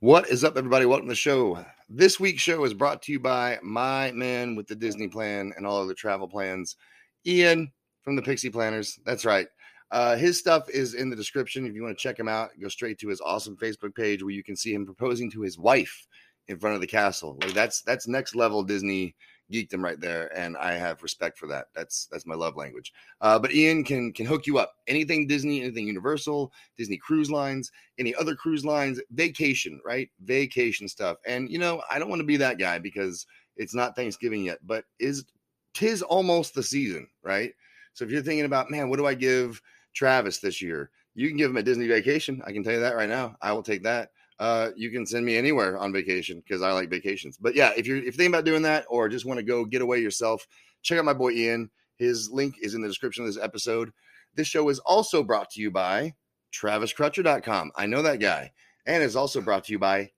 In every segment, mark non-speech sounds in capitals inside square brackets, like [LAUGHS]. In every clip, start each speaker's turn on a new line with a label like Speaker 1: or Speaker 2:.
Speaker 1: What is up, everybody? Welcome to the show. This week's show is brought to you by my man with the Disney plan and all other travel plans, Ian from the Pixie Planners. That's right. Uh, his stuff is in the description. If you want to check him out, go straight to his awesome Facebook page where you can see him proposing to his wife in front of the castle. Like that's that's next level Disney geekdom right there, and I have respect for that. That's that's my love language. Uh, but Ian can can hook you up. Anything Disney, anything Universal, Disney Cruise Lines any other cruise lines, vacation, right? Vacation stuff. And you know, I don't want to be that guy because it's not Thanksgiving yet, but is tis almost the season, right? So if you're thinking about, man, what do I give Travis this year? You can give him a Disney vacation. I can tell you that right now. I will take that. Uh, you can send me anywhere on vacation because I like vacations. But yeah, if you're if you're thinking about doing that or just want to go get away yourself, check out my boy Ian. His link is in the description of this episode. This show is also brought to you by TravisCrutcher.com. I know that guy. And is also brought to you by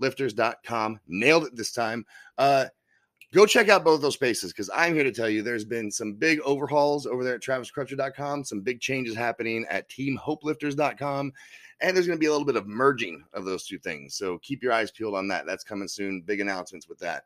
Speaker 1: TeamHopeLifters.com. Nailed it this time. Uh, go check out both those spaces because I'm here to tell you there's been some big overhauls over there at TravisCrutcher.com, some big changes happening at TeamHopelifters.com. And there's going to be a little bit of merging of those two things. So keep your eyes peeled on that. That's coming soon. Big announcements with that.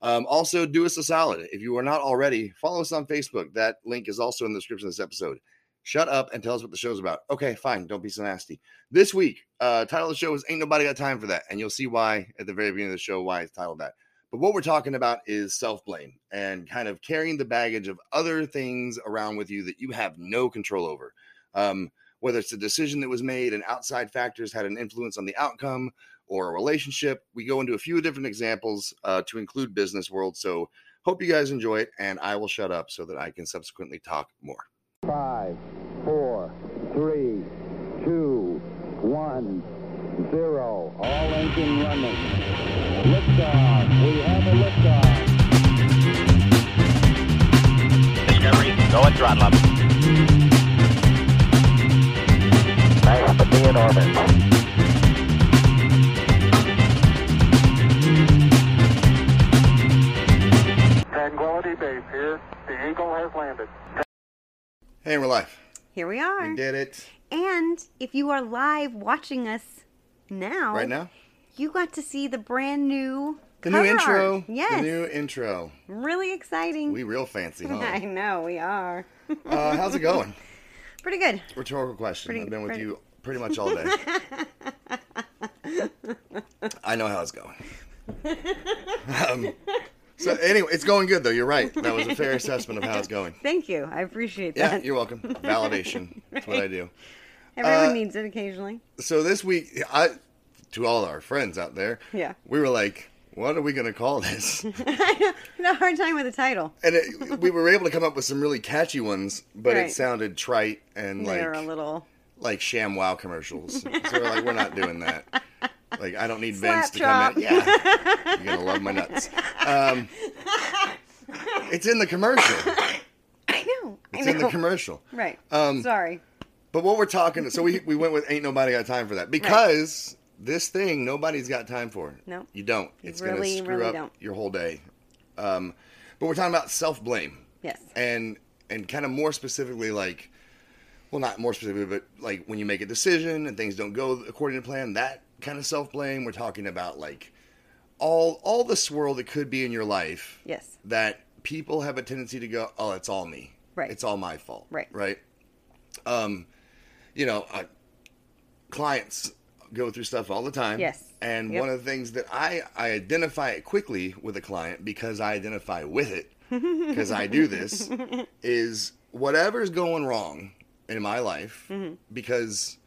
Speaker 1: Um, also, do us a solid. If you are not already, follow us on Facebook. That link is also in the description of this episode shut up and tell us what the show's about. Okay, fine. Don't be so nasty. This week, uh, title of the show is Ain't Nobody Got Time for That. And you'll see why at the very beginning of the show, why it's titled that. But what we're talking about is self blame and kind of carrying the baggage of other things around with you that you have no control over. Um, whether it's a decision that was made and outside factors had an influence on the outcome or a relationship, we go into a few different examples uh, to include business world. So, hope you guys enjoy it. And I will shut up so that I can subsequently talk more.
Speaker 2: Five, four, three, two, one, zero. All engine running. Liftoff. We have a liftoff.
Speaker 3: Discovery, go and throttle up. Nice to be in orbit.
Speaker 4: Tranquility Base here. The Eagle has landed.
Speaker 1: Hey, we're live.
Speaker 5: Here we are.
Speaker 1: We did it
Speaker 5: And if you are live watching us now,
Speaker 1: right now.
Speaker 5: you got to see the brand new
Speaker 1: The
Speaker 5: cover
Speaker 1: new intro.
Speaker 5: Art. Yes,
Speaker 1: The new intro.
Speaker 5: really [LAUGHS] exciting.
Speaker 1: We real fancy,
Speaker 5: I
Speaker 1: huh?
Speaker 5: know we are.
Speaker 1: uh, how's it going?
Speaker 5: Pretty good.
Speaker 1: Rhetorical question.
Speaker 5: Pretty-
Speaker 1: I've been with
Speaker 5: pretty-
Speaker 1: you pretty much all
Speaker 5: [LAUGHS]
Speaker 1: day. I know how it's going. um, so anyway, it's going good though. You're right. That was a fair assessment of how it's going.
Speaker 5: Thank you. I appreciate
Speaker 1: Yeah,
Speaker 5: that.
Speaker 1: you're welcome. Validation. That's what I do.
Speaker 5: Everyone
Speaker 1: uh,
Speaker 5: needs it occasionally. [LAUGHS]
Speaker 1: so this week i to all our friends out there
Speaker 5: Yeah.
Speaker 1: we were like what are we going to call this
Speaker 5: I had a hard time with the title.
Speaker 1: and it, we were able to come up with some really catchy ones but it
Speaker 5: Right.
Speaker 1: sounded trite and like
Speaker 5: They're a little [LAUGHS]
Speaker 1: like sham wow commercials so we're like we're not doing
Speaker 5: [LAUGHS]
Speaker 1: that like i don't need vince to
Speaker 5: Slap
Speaker 1: come in
Speaker 5: chop.
Speaker 1: yeah you're going to love my nuts um, it's in the commercial
Speaker 5: I know. I
Speaker 1: it's in
Speaker 5: [LAUGHS]
Speaker 1: the
Speaker 5: know.
Speaker 1: commercial
Speaker 5: Right.
Speaker 1: um,
Speaker 5: Sorry.
Speaker 1: But what we're talking, so we we went with ain't nobody got time for that because this thing nobody's got time for.
Speaker 5: No.
Speaker 1: you don't.
Speaker 5: You
Speaker 1: It's
Speaker 5: really,
Speaker 1: gonna screw
Speaker 5: really
Speaker 1: up
Speaker 5: don't.
Speaker 1: your whole day. Um, but we're talking about self blame
Speaker 5: Yes.
Speaker 1: and and kind of more specifically like, well, not more specifically, but like when you make a decision and things don't go according to plan, that kind of self blame. We're talking about like all all the swirl that could be in your life
Speaker 5: Yes.
Speaker 1: that people have a tendency to go, oh, it's all me.
Speaker 5: Right.
Speaker 1: It's all my fault.
Speaker 5: Right.
Speaker 1: Right. Um, you know, uh, clients go through stuff all the time.
Speaker 5: Yes.
Speaker 1: And
Speaker 5: Yep.
Speaker 1: one of the things that I, I identify it quickly with a client because I identify with it
Speaker 5: [LAUGHS]
Speaker 1: because I do this is whatever's going wrong in my life
Speaker 5: Mm-hmm.
Speaker 1: because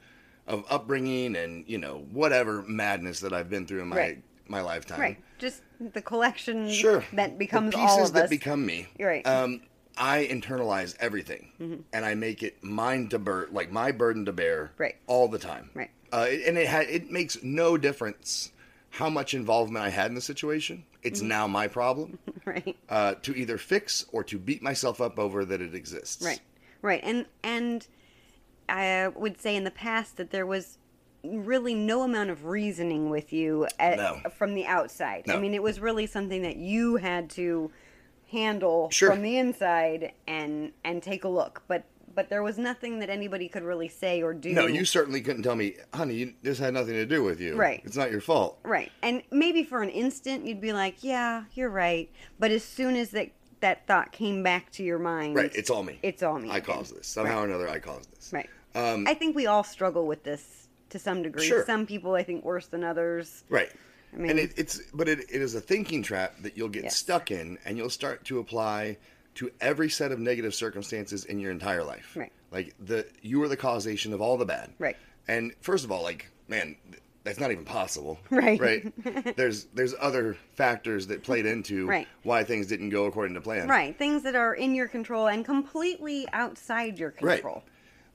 Speaker 1: of upbringing and, you know, whatever madness that I've been through in my,
Speaker 5: Right.
Speaker 1: my lifetime
Speaker 5: Right. Just the collection
Speaker 1: uh, sure
Speaker 5: that becomes
Speaker 1: the
Speaker 5: all
Speaker 1: pieces
Speaker 5: of
Speaker 1: that
Speaker 5: us.
Speaker 1: become me
Speaker 5: You're right. Mm-hmm.
Speaker 1: um i internalize everything and i make it mine to bear like my burden to bear
Speaker 5: Right.
Speaker 1: all the time
Speaker 5: Right.
Speaker 1: uh, it- and it had it makes no difference how much involvement i had in the situation it's
Speaker 5: Mm-hmm.
Speaker 1: now my problem
Speaker 5: [LAUGHS] right.
Speaker 1: uh, to either fix or to beat myself up over that it exists
Speaker 5: Right, right, and and I uh, would say in the past that there was really no amount of reasoning with you at,
Speaker 1: No.
Speaker 5: from the outside.
Speaker 1: No.
Speaker 5: I mean, it was really something that you had to handle
Speaker 1: Sure.
Speaker 5: from the inside and and take a look. But but there was nothing that anybody could really say or do.
Speaker 1: No, you certainly couldn't tell me, honey, you, this had nothing to do with you.
Speaker 5: Right.
Speaker 1: It's not your fault.
Speaker 5: Right. And maybe for an instant you'd be like, yeah, you're right. But as soon as that, that thought came back to your mind,
Speaker 1: Right. It's all me.
Speaker 5: it's all me.
Speaker 1: I
Speaker 5: again.
Speaker 1: caused this. Somehow or another, I caused this.
Speaker 5: Right.
Speaker 1: Um,
Speaker 5: I think we all struggle with this to some degree.
Speaker 1: Sure.
Speaker 5: Some people, I think, worse than others.
Speaker 1: Right.
Speaker 5: I mean-
Speaker 1: and it, it's but it, it is a thinking trap that you'll get
Speaker 5: Yes.
Speaker 1: stuck in, and you'll start to apply to every set of negative circumstances in your entire life.
Speaker 5: Right.
Speaker 1: Like the you are the causation of all the bad.
Speaker 5: Right.
Speaker 1: And first of all, like man, th- that's not even possible.
Speaker 5: [LAUGHS] Right.
Speaker 1: Right. there's there's other factors that played into
Speaker 5: Right.
Speaker 1: why things didn't go according to plan.
Speaker 5: Right. Things that are in your control and completely outside your
Speaker 1: Right.
Speaker 5: control. Mm-hmm.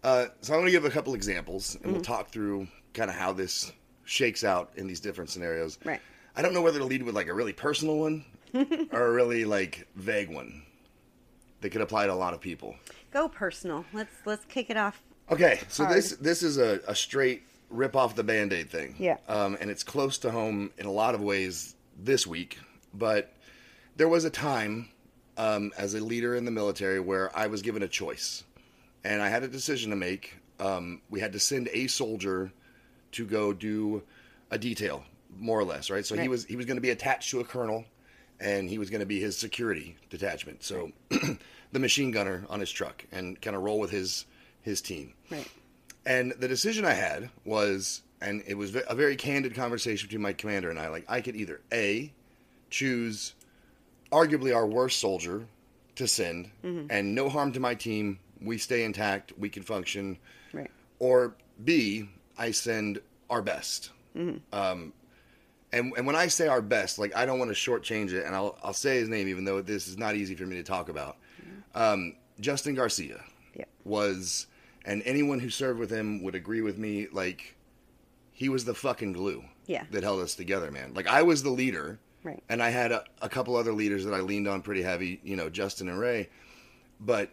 Speaker 1: Uh, so I'm going to give a couple examples, and we'll talk through kind of how this shakes out in these different scenarios.
Speaker 5: Right.
Speaker 1: I don't know whether to lead with like a really personal
Speaker 5: [LAUGHS]
Speaker 1: one or a really like vague one that could apply to a lot of people.
Speaker 5: Go personal. Let's let's kick it off.
Speaker 1: Okay, so
Speaker 5: Hard.
Speaker 1: this this is a, a straight rip off the band aid thing.
Speaker 5: Yeah.
Speaker 1: Um, and it's close to home in a lot of ways this week, but there was a time um, as a leader in the military where I was given a choice, and I had a decision to make. Um, we had to send a soldier to go do a detail, more or less, right? So he
Speaker 5: Right.
Speaker 1: was he was going to be attached to a colonel, and he was going to be his security detachment. So [CLEARS THROAT] the machine gunner on his truck and kind of roll with his his team.
Speaker 5: Right.
Speaker 1: And the decision I had was, and it was a very candid conversation between my commander and I. Like, I could either A, choose arguably our worst soldier to send, and no harm to my team. We stay intact, we can function.
Speaker 5: Right.
Speaker 1: Or B, I send our best. Um, and, and when I say our best, like, I don't want to shortchange it, and I'll, I'll say his name, even though this is not easy for me to talk about. Um, Justin Garcia
Speaker 5: Yep.
Speaker 1: was, and anyone who served with him would agree with me, like, he was the fucking glue
Speaker 5: Yeah.
Speaker 1: that held us together, man. Like, I was the leader,
Speaker 5: Right.
Speaker 1: and I had a, a couple other leaders that I leaned on pretty heavy, you know, Justin and Ray, but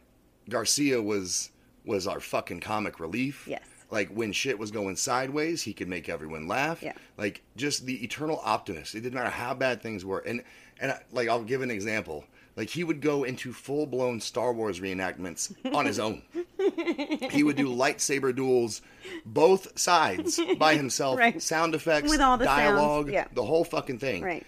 Speaker 1: Garcia was was our fucking comic relief.
Speaker 5: Yes.
Speaker 1: Like when shit was going sideways, he could make everyone laugh.
Speaker 5: Yeah.
Speaker 1: Like just the eternal optimist. It didn't matter how bad things were, and and I, like I'll give an example. Like he would go into full blown Star Wars
Speaker 5: [LAUGHS]
Speaker 1: reenactments on his own. he would do lightsaber duels, both sides by himself.
Speaker 5: [LAUGHS] Right.
Speaker 1: Sound effects,
Speaker 5: With all the sounds,
Speaker 1: dialogue,
Speaker 5: yeah.
Speaker 1: the whole fucking thing
Speaker 5: Right.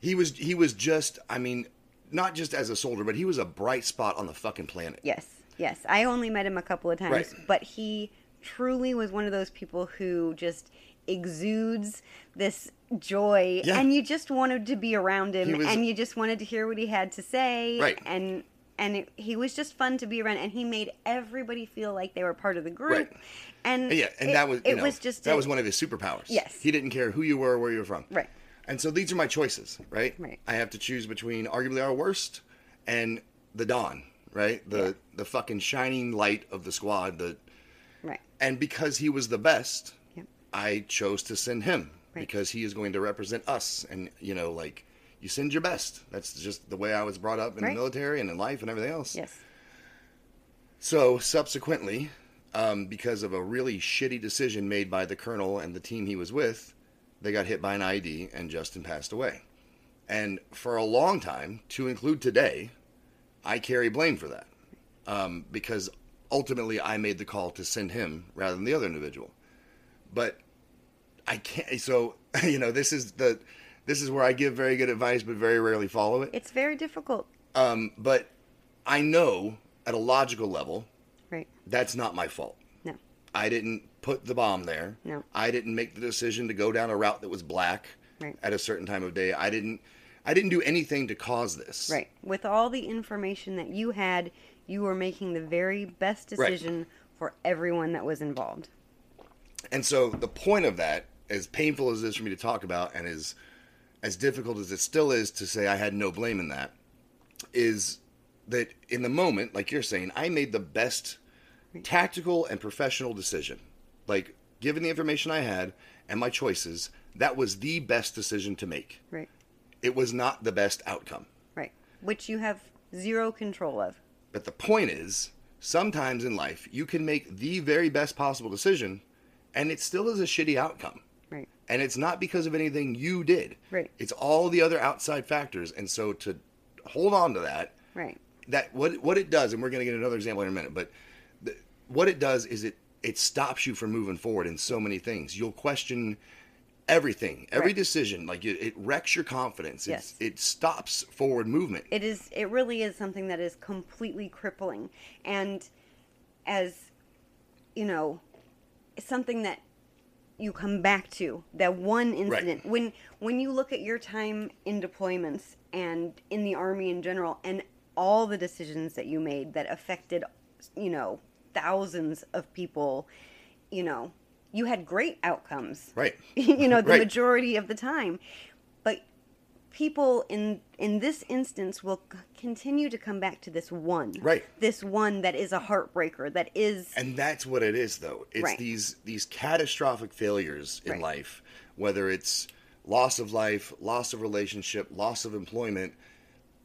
Speaker 1: he was he was just I mean not just as a soldier but he was a bright spot on the fucking planet.
Speaker 5: Yes. Yes. I only met him a couple of times,
Speaker 1: Right.
Speaker 5: but he truly was one of those people who just exudes this joy
Speaker 1: Yeah.
Speaker 5: and you just wanted to be around
Speaker 1: He
Speaker 5: him
Speaker 1: was-
Speaker 5: and you just wanted to hear what he had to say
Speaker 1: Right.
Speaker 5: and and it, he was just fun to be around and he made everybody feel like they were part of the group
Speaker 1: Right.
Speaker 5: and
Speaker 1: Yeah, and
Speaker 5: it-
Speaker 1: that was you
Speaker 5: it
Speaker 1: know,
Speaker 5: was just
Speaker 1: that
Speaker 5: a-
Speaker 1: was one of his superpowers.
Speaker 5: Yes.
Speaker 1: he didn't care who you were, where you were from.
Speaker 5: Right.
Speaker 1: And so these are my choices, right?
Speaker 5: Right.
Speaker 1: I have to choose between arguably our worst and the dawn, right? The
Speaker 5: Yeah.
Speaker 1: the fucking shining light of the squad. The
Speaker 5: right
Speaker 1: and because he was the best,
Speaker 5: Yep.
Speaker 1: I chose to send him
Speaker 5: Right.
Speaker 1: because he is going to represent us. And you know, like you send your best. That's just the way I was brought up in
Speaker 5: Right.
Speaker 1: the military and in life and everything else.
Speaker 5: yes
Speaker 1: So subsequently, um, because of a really shitty decision made by the colonel and the team he was with, they got hit by an ID and Justin passed away. And for a long time, to include today, I carry blame for that um, because ultimately I made the call to send him rather than the other individual. But I can't. So [LAUGHS] you know, this is the this is where I give very good advice, but very rarely follow it.
Speaker 5: it's very difficult
Speaker 1: Um, but I know at a logical level
Speaker 5: right
Speaker 1: that's not my fault.
Speaker 5: no
Speaker 1: I didn't put the bomb there.
Speaker 5: No.
Speaker 1: I didn't make the decision to go down a route that was black
Speaker 5: Right.
Speaker 1: at a certain time of day. I didn't I didn't do anything to cause this.
Speaker 5: Right. With all the information that you had, you were making the very best decision for everyone that was involved.
Speaker 1: And so the point of that, as painful as it is for me to talk about and as as difficult as it still is to say I had no blame in that, is that in the moment, like you're saying, I made the best tactical and professional decision. Like given the information I had and my choices, that was the best decision to make.
Speaker 5: Right.
Speaker 1: it was not the best outcome.
Speaker 5: Right. Which you have zero control of.
Speaker 1: But the point is, sometimes in life, you can make the very best possible decision, and it still is a shitty outcome.
Speaker 5: Right.
Speaker 1: And it's not because of anything you did.
Speaker 5: Right.
Speaker 1: It's all the other outside factors. And so to hold on to that,
Speaker 5: Right.
Speaker 1: that what what it does, and we're going to get another example in a minute, but th- what it does is it it stops you from moving forward in so many things. You'll question everything, every
Speaker 5: Right.
Speaker 1: decision. Like it, it wrecks your confidence.
Speaker 5: Yes.
Speaker 1: It's, it stops forward movement.
Speaker 5: it is it really is something that is completely crippling and as you know something that you come back to that one incident when when you look at your time in deployments and in the army in general and all the decisions that you made that affected you know thousands of people you know you had great outcomes
Speaker 1: right.
Speaker 5: [LAUGHS] you know the
Speaker 1: Right.
Speaker 5: majority of the time but people in in this instance will c- continue to come back to this one
Speaker 1: Right.
Speaker 5: this one that is a heartbreaker that is
Speaker 1: And that's what it is, though. It's
Speaker 5: Right.
Speaker 1: these these catastrophic failures in
Speaker 5: Right.
Speaker 1: life, whether it's loss of life, loss of relationship, loss of employment,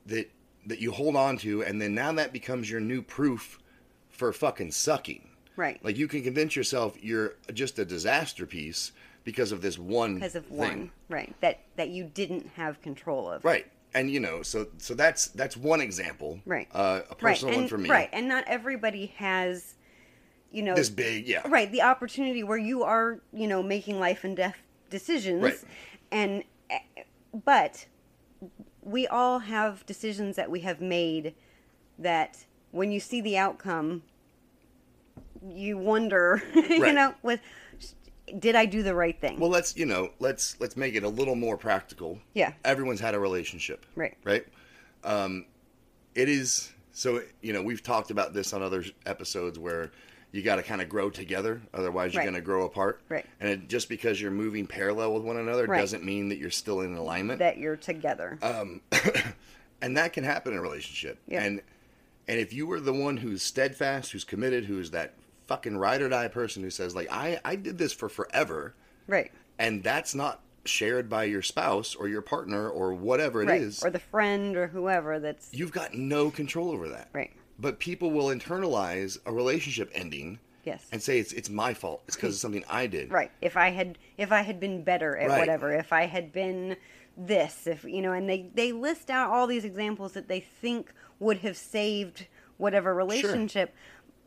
Speaker 1: that that you hold on to, and then now that becomes your new proof for fucking sucking.
Speaker 5: right
Speaker 1: Like you can convince yourself you're just a disaster piece because of this one
Speaker 5: because of
Speaker 1: thing.
Speaker 5: one right that that you didn't have control of
Speaker 1: Right. And you know, so so that's that's one example.
Speaker 5: right
Speaker 1: Uh, a personal
Speaker 5: right.
Speaker 1: one
Speaker 5: and,
Speaker 1: for me.
Speaker 5: right and not everybody has you know
Speaker 1: This big, yeah.
Speaker 5: right the opportunity where you are you know making life and death decisions
Speaker 1: Right.
Speaker 5: and eh, but we all have decisions that we have made that when you see the outcome you wonder [LAUGHS] you
Speaker 1: Right.
Speaker 5: know with did i do the right thing
Speaker 1: Well, let's you know, let's let's make it a little more practical.
Speaker 5: Yeah.
Speaker 1: Everyone's had a relationship.
Speaker 5: Right.
Speaker 1: Right. Um, it is so you know we've talked about this on other episodes where you got to kind of grow together, otherwise you're
Speaker 5: Right.
Speaker 1: going to grow apart.
Speaker 5: Right.
Speaker 1: And it, just because you're moving parallel with one another
Speaker 5: Right.
Speaker 1: doesn't mean that you're still in alignment.
Speaker 5: that you're together
Speaker 1: uh, and that can happen in a relationship.
Speaker 5: Yeah.
Speaker 1: And and if you were the one who's steadfast, who's committed, who's that fucking ride or die person who says like I I did this for forever
Speaker 5: right
Speaker 1: and that's not shared by your spouse or your partner or whatever it
Speaker 5: right
Speaker 1: is,
Speaker 5: or the friend or whoever that's
Speaker 1: you've got no control over that.
Speaker 5: Right.
Speaker 1: But people will internalize a relationship ending
Speaker 5: yes
Speaker 1: and say it's it's my fault. It's because of something I did.
Speaker 5: right if i had if i had been better at
Speaker 1: Right.
Speaker 5: whatever if i had been this if you know and they they list out all these examples that they think would have saved whatever relationship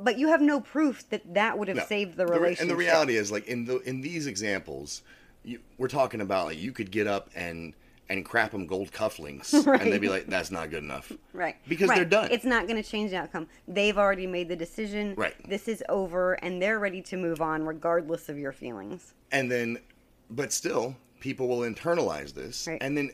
Speaker 5: but you have no proof that that would have
Speaker 1: No.
Speaker 5: saved the
Speaker 1: re-
Speaker 5: relationship
Speaker 1: And the reality is, like in the in these examples, you, we're talking about like you could get up and and crap them gold
Speaker 5: [LAUGHS]
Speaker 1: cufflinks, and they'd be like, "That's not good enough."
Speaker 5: right
Speaker 1: Because
Speaker 5: Right.
Speaker 1: they're done.
Speaker 5: it's not going to change the outcome they've already made the decision
Speaker 1: Right.
Speaker 5: this is over and they're ready to move on regardless of your feelings
Speaker 1: and then but still people will internalize this
Speaker 5: Right.
Speaker 1: and then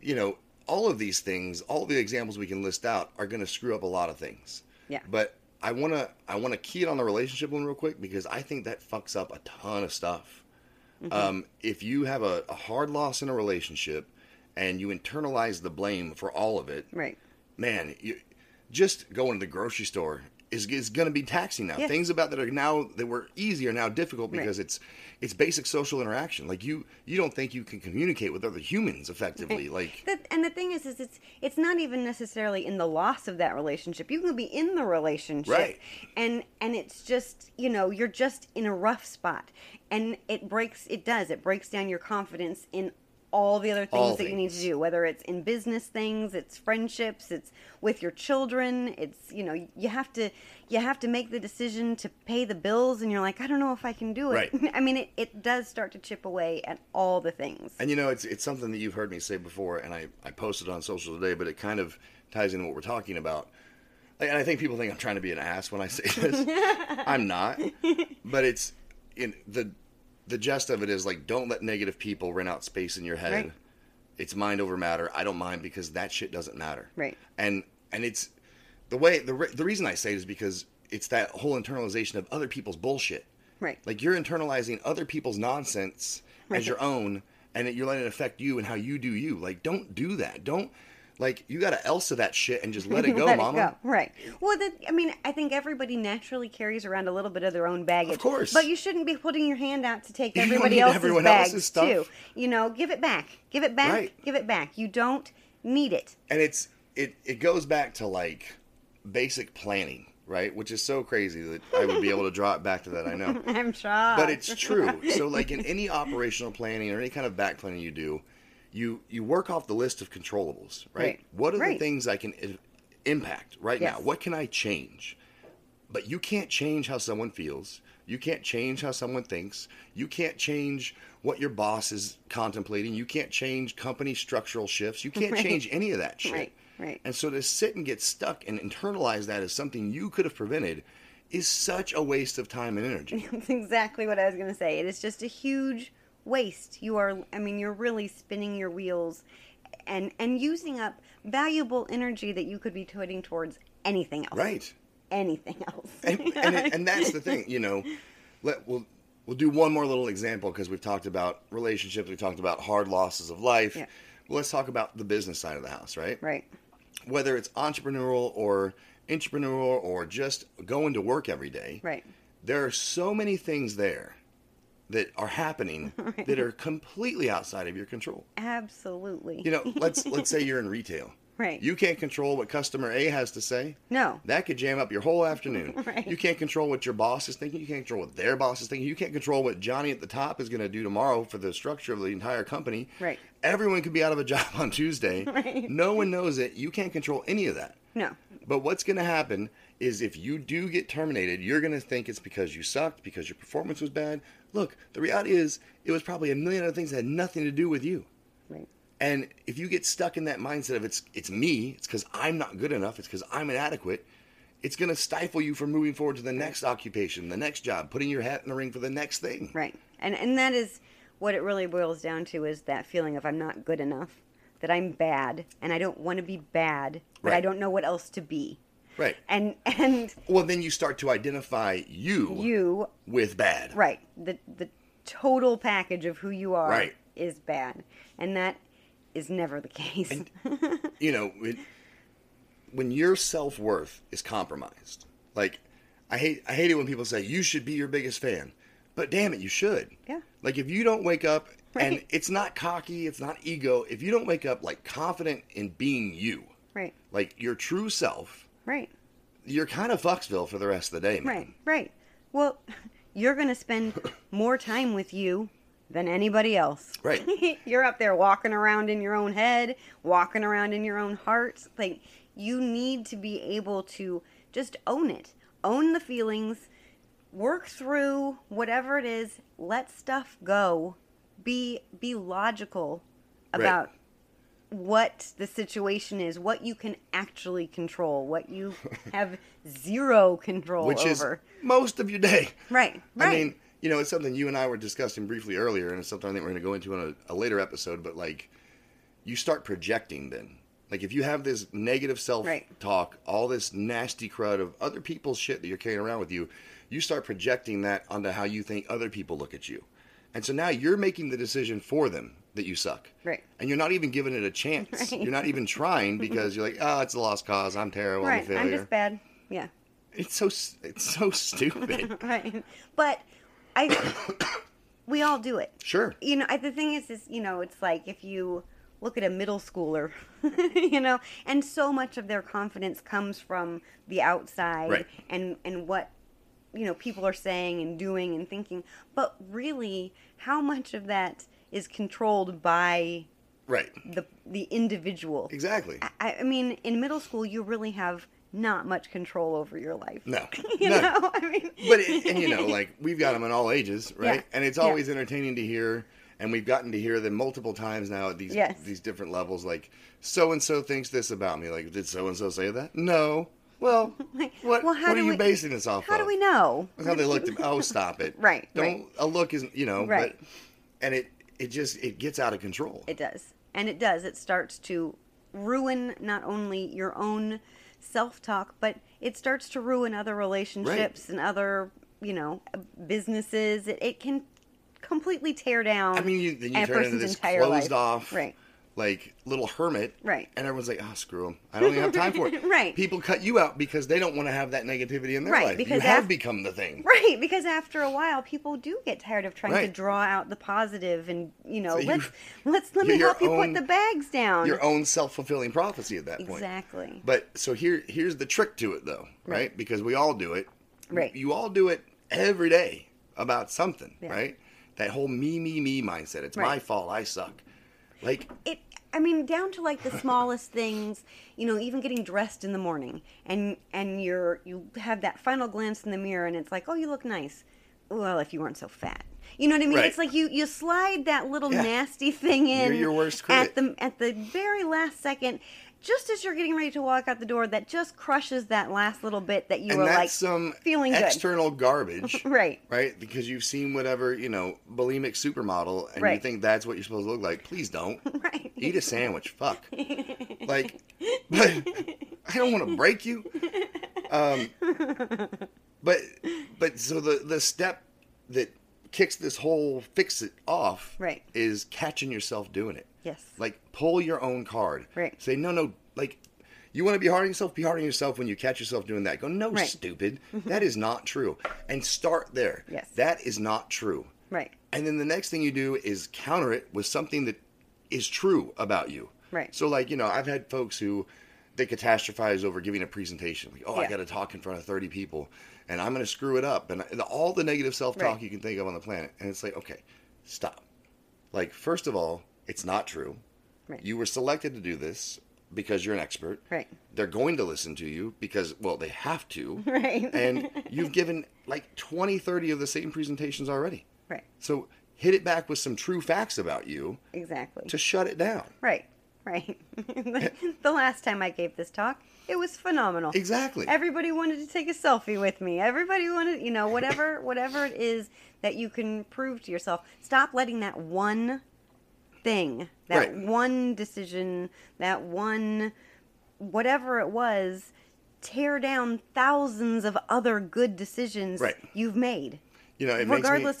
Speaker 1: you know all of these things all the examples we can list out are going to screw up a lot of things
Speaker 5: Yeah.
Speaker 1: but i want to i want to key it on the relationship one real quick because i think that fucks up a ton of stuff
Speaker 5: Mm-hmm.
Speaker 1: um, if you have a, a hard loss in a relationship and you internalize the blame for all of it
Speaker 5: right
Speaker 1: man, you, just going to the grocery store is, is going to be taxing now.
Speaker 5: Yeah.
Speaker 1: Things about that are now that were easy are now difficult
Speaker 5: Right.
Speaker 1: because it's it's basic social interaction. Like you you don't think you can communicate with other humans effectively. Like
Speaker 5: The, and the thing is, is it's it's not even necessarily in the loss of that relationship. You can be in the relationship,
Speaker 1: Right.
Speaker 5: And and it's just you know you're just in a rough spot, and it breaks. It does. It breaks down your confidence in all the other things
Speaker 1: All
Speaker 5: that you need to
Speaker 1: things.
Speaker 5: do. Whether it's in business things, it's friendships, it's with your children. It's you know you have to you have to make the decision to pay the bills, and you're like, I don't know if I can do it.
Speaker 1: Right.
Speaker 5: [LAUGHS] I mean, it, it does start to chip away at all the things.
Speaker 1: And you know, it's it's something that you've heard me say before, and I I posted on social today, but it kind of ties into what we're talking about. Like, And I think people think I'm trying to be an ass when I say
Speaker 5: [LAUGHS]
Speaker 1: this. I'm not, but it's in the the gist of it is like don't let negative people rent out space in your head.
Speaker 5: Right.
Speaker 1: It's mind over matter. I don't mind because that shit doesn't matter.
Speaker 5: Right.
Speaker 1: And and it's the way the re- the reason I say it is because it's that whole internalization of other people's bullshit.
Speaker 5: Right.
Speaker 1: Like you're internalizing other people's nonsense as your own, and that you're letting it affect you and how you do you. Like, don't do that. Don't like you got to Elsa that shit and just let
Speaker 5: [LAUGHS]
Speaker 1: it go,
Speaker 5: Let
Speaker 1: mama.
Speaker 5: It go. Right. Well, that, I mean, I think everybody naturally carries around a little bit of their own baggage.
Speaker 1: Of course.
Speaker 5: But you shouldn't be putting your hand out to
Speaker 1: [LAUGHS]
Speaker 5: take
Speaker 1: You don't
Speaker 5: everybody
Speaker 1: need
Speaker 5: else's
Speaker 1: everyone
Speaker 5: bags
Speaker 1: else's stuff.
Speaker 5: too. You know, give it back. Give it back.
Speaker 1: Right.
Speaker 5: Give it back. You don't need it. [LAUGHS]
Speaker 1: And it's it it goes back to like basic planning, right? Which is so crazy that I would be able to draw it back to that. I know.
Speaker 5: I'm shocked.
Speaker 1: but it's true. So, like in any operational planning or any kind of back planning you do, you you work off the list of controllables, right?
Speaker 5: Right.
Speaker 1: What are
Speaker 5: Right.
Speaker 1: the things I can i- impact right
Speaker 5: Yes.
Speaker 1: now? What can I change? But you can't change how someone feels. You can't change how someone thinks. You can't change what your boss is contemplating. You can't change company structural shifts. You can't
Speaker 5: Right.
Speaker 1: change any of that shit.
Speaker 5: Right, right.
Speaker 1: And so to sit and get stuck and internalize that as something you could have prevented is such a waste of time and
Speaker 5: [LAUGHS]
Speaker 1: energy.
Speaker 5: [LAUGHS] That's exactly what I was going to say. It is just a huge waste. You are, I mean, you're really spinning your wheels and, and using up valuable energy that you could be putting towards anything else.
Speaker 1: right.
Speaker 5: Anything else. [LAUGHS]
Speaker 1: and, and, it- and that's the thing, you know. Let we'll we'll do one more little example because we've talked about relationships, we talked about hard losses of life.
Speaker 5: Yeah.
Speaker 1: Well, let's talk about the business side of the house, right?
Speaker 5: right.
Speaker 1: Whether it's entrepreneurial or entrepreneurial or just going to work every day,
Speaker 5: Right.
Speaker 1: there are so many things there that are
Speaker 5: [LAUGHS]
Speaker 1: happening that are completely outside of your control.
Speaker 5: Absolutely.
Speaker 1: You know, let's let's say you're in retail.
Speaker 5: [LAUGHS] Right.
Speaker 1: You can't control what customer A has to say.
Speaker 5: No.
Speaker 1: That could jam up your whole afternoon.
Speaker 5: [LAUGHS] Right.
Speaker 1: You can't control what your boss is thinking. You can't control what their boss is thinking. You can't control what Johnny at the top is going to do tomorrow for the structure of the entire company.
Speaker 5: Right.
Speaker 1: Everyone could be out of a [LAUGHS] job on Tuesday.
Speaker 5: [LAUGHS] Right.
Speaker 1: No one knows it. You can't control any of that.
Speaker 5: No.
Speaker 1: But what's going to happen is if you do get terminated, you're going to think it's because you sucked, because your performance was bad. Look, the reality is it was probably a million other things that had nothing to do with you.
Speaker 5: Right.
Speaker 1: And if you get stuck in that mindset of it's it's me, it's because I'm not good enough, it's because I'm inadequate, it's gonna stifle you from moving forward to the next occupation, the next job, putting your hat in the ring for the next thing.
Speaker 5: Right. And and that is what it really boils down to is that feeling of I'm not good enough, that I'm bad, and I don't want to be bad, but I
Speaker 1: Right.
Speaker 5: don't know what else to be.
Speaker 1: Right.
Speaker 5: And and
Speaker 1: Well, then you start to identify you,
Speaker 5: you
Speaker 1: with bad.
Speaker 5: right, the the total package of who you are
Speaker 1: Right.
Speaker 5: is bad. And that is never the case.
Speaker 1: You know, it, when your self worth is compromised, like I hate I hate it when people say you should be your biggest fan, but damn it, you should.
Speaker 5: Yeah.
Speaker 1: Like if you don't wake up and
Speaker 5: Right.
Speaker 1: it's not cocky, it's not ego. If you don't wake up like confident in being you,
Speaker 5: [LAUGHS] right.
Speaker 1: like your true self,
Speaker 5: Right.
Speaker 1: you're kind of Foxville for the rest of the day, man.
Speaker 5: Right, right. Well, [LAUGHS] you're going to spend
Speaker 1: [COUGHS]
Speaker 5: more time with you than anybody else.
Speaker 1: Right.
Speaker 5: [LAUGHS] you're up there walking around in your own head, walking around in your own heart. Like, you need to be able to just own it, own the feelings, work through whatever it is, let stuff go, be be logical
Speaker 1: Right.
Speaker 5: about what the situation is, what you can actually control,
Speaker 1: [LAUGHS]
Speaker 5: what you have zero control
Speaker 1: Which is
Speaker 5: over.
Speaker 1: most of your day.
Speaker 5: Right, right.
Speaker 1: I mean, you know, it's something you and I were discussing briefly earlier, and it's something I think we're going to go into in a, a later episode. But like, you start projecting then. Like, if you have this negative self talk, all this nasty crud of other people's shit that you're carrying around with you, you start projecting that onto how you think other people look at you. And so now you're making the decision for them that you suck.
Speaker 5: Right.
Speaker 1: And you're not even giving it a
Speaker 5: [LAUGHS]
Speaker 1: chance. You're not even trying because you're like, oh, it's a lost cause. I'm terrible. I'm a
Speaker 5: right,
Speaker 1: failure.
Speaker 5: I'm just bad. Yeah, [LAUGHS]
Speaker 1: It's so s- it's so [LAUGHS] stupid.
Speaker 5: right. But I, [COUGHS] we all do it.
Speaker 1: Sure.
Speaker 5: You know, I, the thing is, is you know, it's like if you look at a middle schooler, [LAUGHS] you know, and so much of their confidence comes from the outside
Speaker 1: Right.
Speaker 5: and and what you know people are saying and doing and thinking. But really, how much of that is controlled by
Speaker 1: Right.
Speaker 5: the the individual.
Speaker 1: Exactly.
Speaker 5: I, I mean, in middle school, you really have not much control over your life.
Speaker 1: No.
Speaker 5: [LAUGHS] You
Speaker 1: no.
Speaker 5: know, I mean,
Speaker 1: But it, and
Speaker 5: [LAUGHS]
Speaker 1: you know, like we've got them in all ages, right?
Speaker 5: Yeah.
Speaker 1: And it's
Speaker 5: Yeah.
Speaker 1: always entertaining to hear. And we've gotten to hear them multiple times now at these
Speaker 5: Yes.
Speaker 1: these different levels. Like so and so thinks this about me. Like did so and so say that? No.
Speaker 5: [LAUGHS]
Speaker 1: Well, what
Speaker 5: well, how
Speaker 1: what are
Speaker 5: do
Speaker 1: you
Speaker 5: we-
Speaker 1: basing this off
Speaker 5: how
Speaker 1: of?
Speaker 5: do we know?
Speaker 1: That's how they looked at me. Oh, stop it.
Speaker 5: [LAUGHS] Right,
Speaker 1: Don't
Speaker 5: right.
Speaker 1: a look isn't you know.
Speaker 5: Right.
Speaker 1: But, and it it just it gets out of control.
Speaker 5: It does, and it does. It starts to ruin not only your own self-talk, but it starts to ruin other relationships and other, you know, businesses. It, it can completely tear down.
Speaker 1: I mean, you, then
Speaker 5: a
Speaker 1: you turn into
Speaker 5: person's
Speaker 1: this
Speaker 5: entire life.
Speaker 1: closed off,
Speaker 5: Right.
Speaker 1: Like little hermit,
Speaker 5: Right.
Speaker 1: And everyone's like, "Oh, screw them! I don't even have time for it."
Speaker 5: [LAUGHS] Right.
Speaker 1: People cut you out because they don't want to have that negativity in their
Speaker 5: Right,
Speaker 1: life.
Speaker 5: because
Speaker 1: you have
Speaker 5: af-
Speaker 1: become the thing.
Speaker 5: Right, because after a while, people do get tired of trying to
Speaker 1: Right.
Speaker 5: draw out the positive, and you know,
Speaker 1: So you-
Speaker 5: let's let's let me
Speaker 1: your
Speaker 5: help you put
Speaker 1: own-
Speaker 5: the bags down.
Speaker 1: Your own self fulfilling prophecy at that point.
Speaker 5: exactly.
Speaker 1: But so here, here's the trick to it, though, right?
Speaker 5: Right.
Speaker 1: Because we all do it.
Speaker 5: Right.
Speaker 1: You all do it every day about something,
Speaker 5: Yeah.
Speaker 1: right? That whole me, me, me mindset. It's my
Speaker 5: Right.
Speaker 1: fault. I suck. Like
Speaker 5: it i mean down to like the smallest things you know even getting dressed in the morning and and you're you have that final glance in the mirror and it's like oh you look nice well if you weren't so fat you know what i mean
Speaker 1: Right.
Speaker 5: it's like you you slide that little
Speaker 1: Yeah.
Speaker 5: nasty thing in
Speaker 1: your worst critic.
Speaker 5: at the at the very last second just as you're getting ready to walk out the door that just crushes that last little bit that you
Speaker 1: and
Speaker 5: were
Speaker 1: that's
Speaker 5: like
Speaker 1: some
Speaker 5: feeling good.
Speaker 1: external garbage.
Speaker 5: right
Speaker 1: Right, because you've seen whatever you know, bulimic supermodel, and you
Speaker 5: Right.
Speaker 1: think that's what you're supposed to look like. Please don't
Speaker 5: [LAUGHS] right
Speaker 1: eat a sandwich. Fuck, like, [LAUGHS] but I don't want to break you. Um, but but so the the step that kicks this whole fix it off
Speaker 5: Right.
Speaker 1: is catching yourself doing it.
Speaker 5: yes
Speaker 1: Like pull your own card.
Speaker 5: Right.
Speaker 1: Say no, no. Like you want to be hard on yourself. Be hard on yourself when you catch yourself doing that. Go no,
Speaker 5: Right. [LAUGHS]
Speaker 1: stupid. That is not true. And start there.
Speaker 5: Yes.
Speaker 1: That is not true.
Speaker 5: right [LAUGHS]
Speaker 1: And then the next thing you do is counter it with something that is true about you.
Speaker 5: Right.
Speaker 1: So like you know, I've had folks who they catastrophize over giving a presentation. Like, oh, I
Speaker 5: Yeah.
Speaker 1: got to talk in front of thirty people, and I'm going to screw it up, and I- all the negative self-talk
Speaker 5: Right.
Speaker 1: you can think of on the planet. And it's like, okay, stop. Like, first of all, it's not true.
Speaker 5: Right.
Speaker 1: You were selected to do this because you're an expert.
Speaker 5: Right.
Speaker 1: They're going to listen to you because, well, they have to.
Speaker 5: [LAUGHS] Right.
Speaker 1: And you've given like 20, 30 of the same presentations already.
Speaker 5: right
Speaker 1: So hit it back with some true facts about you
Speaker 5: exactly
Speaker 1: to shut it down.
Speaker 5: Right, right. [LAUGHS] the,
Speaker 1: Eh.
Speaker 5: the last time I gave this talk, it was phenomenal.
Speaker 1: Exactly.
Speaker 5: Everybody wanted to take a selfie with me. Everybody wanted, you know, whatever, whatever it is that you can prove to yourself. Stop letting that one thing, that
Speaker 1: Right.
Speaker 5: one decision, that one whatever it was, tear down thousands of other good decisions
Speaker 1: Right.
Speaker 5: you've made,
Speaker 1: you know, it
Speaker 5: regardless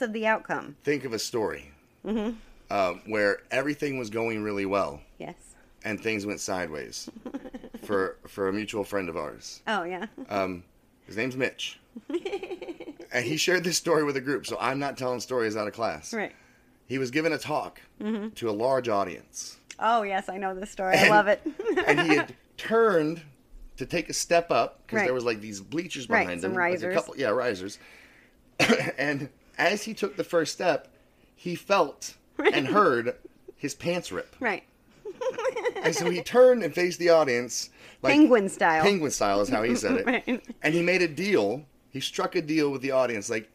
Speaker 1: makes me
Speaker 5: of Mm-hmm. the outcome.
Speaker 1: think of a story um, where everything was going really well
Speaker 5: Yes.
Speaker 1: and things went
Speaker 5: [LAUGHS]
Speaker 1: sideways for for a mutual friend of ours.
Speaker 5: Oh yeah.
Speaker 1: Um, his name's Mitch. and he shared this story with a group, so I'm not telling stories out of class.
Speaker 5: [LAUGHS] right. Mm-hmm.
Speaker 1: He was giving a talk to a large audience.
Speaker 5: Oh yes, I know this story. I love it.
Speaker 1: [LAUGHS] and he had turned to take a step up because there
Speaker 5: Right.
Speaker 1: was like these bleachers
Speaker 5: Right,
Speaker 1: behind
Speaker 5: some
Speaker 1: him, like
Speaker 5: risers.
Speaker 1: a couple, yeah, risers. [LAUGHS] and as he took the first step, he
Speaker 5: [LAUGHS]
Speaker 1: felt and heard his pants rip,
Speaker 5: right.
Speaker 1: and so he turned and faced the audience, like
Speaker 5: Penguin style.
Speaker 1: Penguin style is how he said it,
Speaker 5: [LAUGHS] Right.
Speaker 1: and he made a deal. He struck a deal with the audience, like.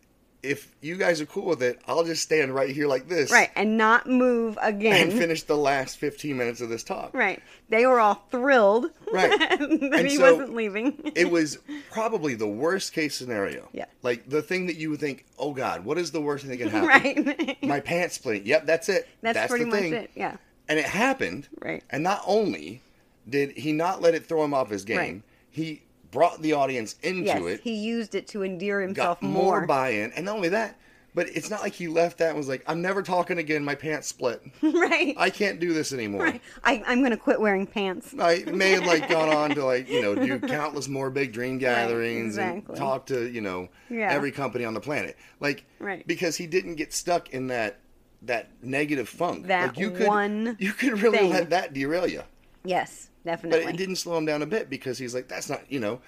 Speaker 1: If you guys are cool with it, I'll just stand right here like this
Speaker 5: Right, and not move again.
Speaker 1: and finish the last 15 minutes of this talk.
Speaker 5: right. They were all thrilled [LAUGHS]
Speaker 1: Right.
Speaker 5: that
Speaker 1: And
Speaker 5: he
Speaker 1: so-
Speaker 5: wasn't leaving. [LAUGHS]
Speaker 1: it was probably the worst case scenario.
Speaker 5: Yeah.
Speaker 1: Like the thing that you would think, oh God, what is the worst thing that can happen?
Speaker 5: [LAUGHS] right.
Speaker 1: My pants split. Yep, that's it.
Speaker 5: That's, pretty
Speaker 1: the
Speaker 5: much
Speaker 1: thing.
Speaker 5: it. Yeah.
Speaker 1: And it happened.
Speaker 5: Right.
Speaker 1: And not only did he not let it throw him off his game,
Speaker 5: Right.
Speaker 1: he brought the audience into
Speaker 5: Yes.
Speaker 1: it,
Speaker 5: He used it to endear himself
Speaker 1: got more,
Speaker 5: more.
Speaker 1: buy-in, and not only that, but it's not like he left that and was like, I'm never talking again. My pants split.
Speaker 5: [LAUGHS] [LAUGHS] right.
Speaker 1: I can't do this anymore.
Speaker 5: right. I, I'm going to quit wearing pants.
Speaker 1: I may have like gone on to like you know
Speaker 5: [LAUGHS]
Speaker 1: do countless more big dream gatherings
Speaker 5: exactly.
Speaker 1: and talk to you know
Speaker 5: Yeah.
Speaker 1: every company on the planet like
Speaker 5: Right.
Speaker 1: because he didn't get stuck in that that negative funk
Speaker 5: That
Speaker 1: like you could
Speaker 5: one
Speaker 1: you could really
Speaker 5: thing.
Speaker 1: let that derail you
Speaker 5: Yes,
Speaker 1: but
Speaker 5: definitely.
Speaker 1: it didn't slow him down a bit because he's like that's not you know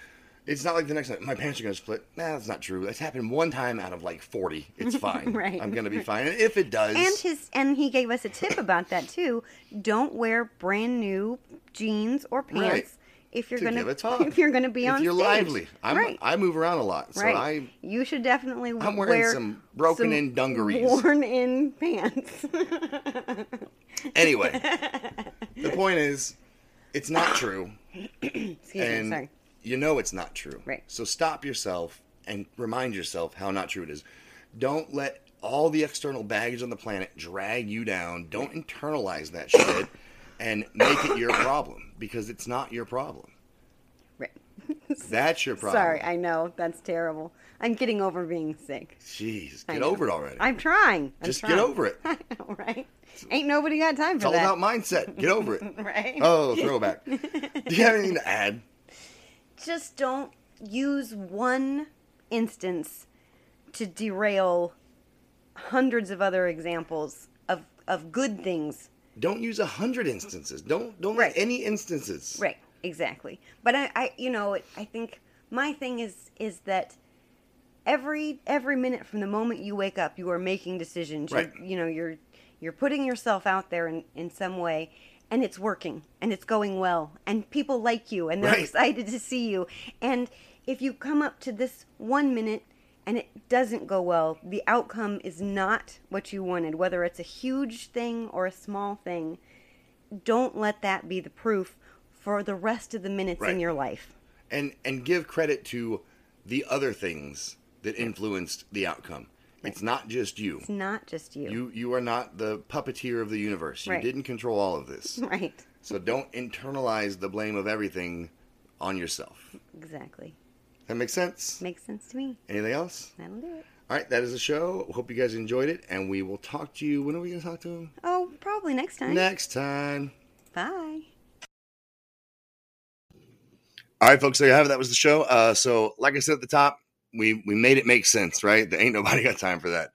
Speaker 1: it's not like the next night my pants are gonna split nah that's not true that's happened one time out of like 40
Speaker 5: [LAUGHS]
Speaker 1: it's fine
Speaker 5: Right.
Speaker 1: I'm gonna be fine and if it does
Speaker 5: and his and he gave us a tip about that too. Don't wear brand new jeans or pants
Speaker 1: Right.
Speaker 5: [LAUGHS] if you're
Speaker 1: to
Speaker 5: going
Speaker 1: give a talk
Speaker 5: if you're going to be
Speaker 1: if
Speaker 5: on
Speaker 1: you're
Speaker 5: stage.
Speaker 1: lively I'm,
Speaker 5: right.
Speaker 1: I move around a lot so
Speaker 5: right.
Speaker 1: I
Speaker 5: you should definitely w-
Speaker 1: I'm wearing
Speaker 5: wear
Speaker 1: some broken-in dungarees.
Speaker 5: worn-in pants. [LAUGHS]
Speaker 1: Anyway, the point is, it's not true,
Speaker 5: Excuse me,
Speaker 1: and
Speaker 5: sorry.
Speaker 1: you know it's not true.
Speaker 5: Right.
Speaker 1: So stop yourself and remind yourself how not true it is. Don't let all the external baggage on the planet drag you down. Don't internalize that shit and make it your problem because it's not your problem.
Speaker 5: Right. [LAUGHS]
Speaker 1: That's your problem.
Speaker 5: Sorry, I know that's terrible. I'm getting over being sick.
Speaker 1: Jeez,
Speaker 5: I
Speaker 1: get
Speaker 5: know.
Speaker 1: over it already.
Speaker 5: I'm trying. I'm
Speaker 1: Just
Speaker 5: trying.
Speaker 1: get over it.
Speaker 5: [LAUGHS] I know, right? Ain't nobody got time
Speaker 1: It's
Speaker 5: for
Speaker 1: all
Speaker 5: that.
Speaker 1: about mindset. Get over
Speaker 5: [LAUGHS]
Speaker 1: it.
Speaker 5: right?
Speaker 1: Oh, throwback. Do you have anything to add?
Speaker 5: just don't use one instance to derail hundreds of other examples of, of good things.
Speaker 1: Don't use a hundred instances. Don't don't
Speaker 5: Right.
Speaker 1: let any instances.
Speaker 5: Right, exactly. But I, I you know, I think my thing is is that every every minute from the moment you wake up, you are making decisions.
Speaker 1: Right.
Speaker 5: You're, you know, you're You're putting yourself out there in, in some way and it's working and it's going well and people like you and they're
Speaker 1: Right.
Speaker 5: excited to see you. And if you come up to this one minute and it doesn't go well, the outcome is not what you wanted, whether it's a huge thing or a small thing. Don't let that be the proof for the rest of the minutes
Speaker 1: Right.
Speaker 5: in your life.
Speaker 1: and and give credit to the other things that influenced the outcome. It's not just you.
Speaker 5: It's not just you.
Speaker 1: You you are not the puppeteer of the universe. You
Speaker 5: Right.
Speaker 1: didn't control all of this.
Speaker 5: [LAUGHS] Right.
Speaker 1: So don't internalize the blame of everything on yourself.
Speaker 5: Exactly.
Speaker 1: That makes sense?
Speaker 5: Makes sense to me.
Speaker 1: Anything else?
Speaker 5: That'll do it.
Speaker 1: All right, that is the show. Hope you guys enjoyed it, and we will talk to you. When are we going to talk to him?
Speaker 5: Oh, probably next time.
Speaker 1: Next time.
Speaker 5: Bye.
Speaker 1: All right, folks, there you have it. That was the show. Uh, so, like I said at the top, we we made it make sense, right? There ain't [LAUGHS] nobody got time for that.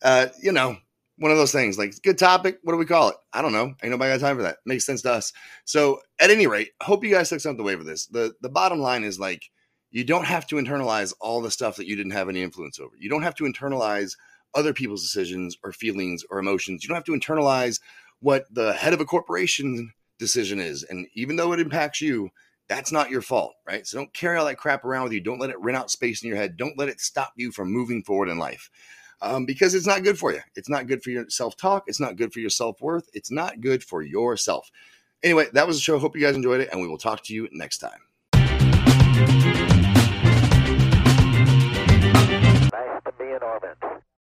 Speaker 1: Uh, you know, one of those things. Like, good topic. What do we call it? I don't know. Ain't nobody got time for that. Makes sense to us. So, at any rate, hope you guys took something away for this. the The bottom line is like, you don't have to internalize all the stuff that you didn't have any influence over. You don't have to internalize other people's decisions or feelings or emotions. You don't have to internalize what the head of a corporation decision is. And even though it impacts you, that's not your fault, right? So don't carry all that crap around with you. Don't let it rent out space in your head. Don't let it stop you from moving forward in life um, because it's not good for you. It's not good for your self talk. It's not good for your self worth. It's not good for yourself. Anyway, that was the show. Hope you guys enjoyed it, and we will talk to you next time.
Speaker 3: Nice to be in orbit.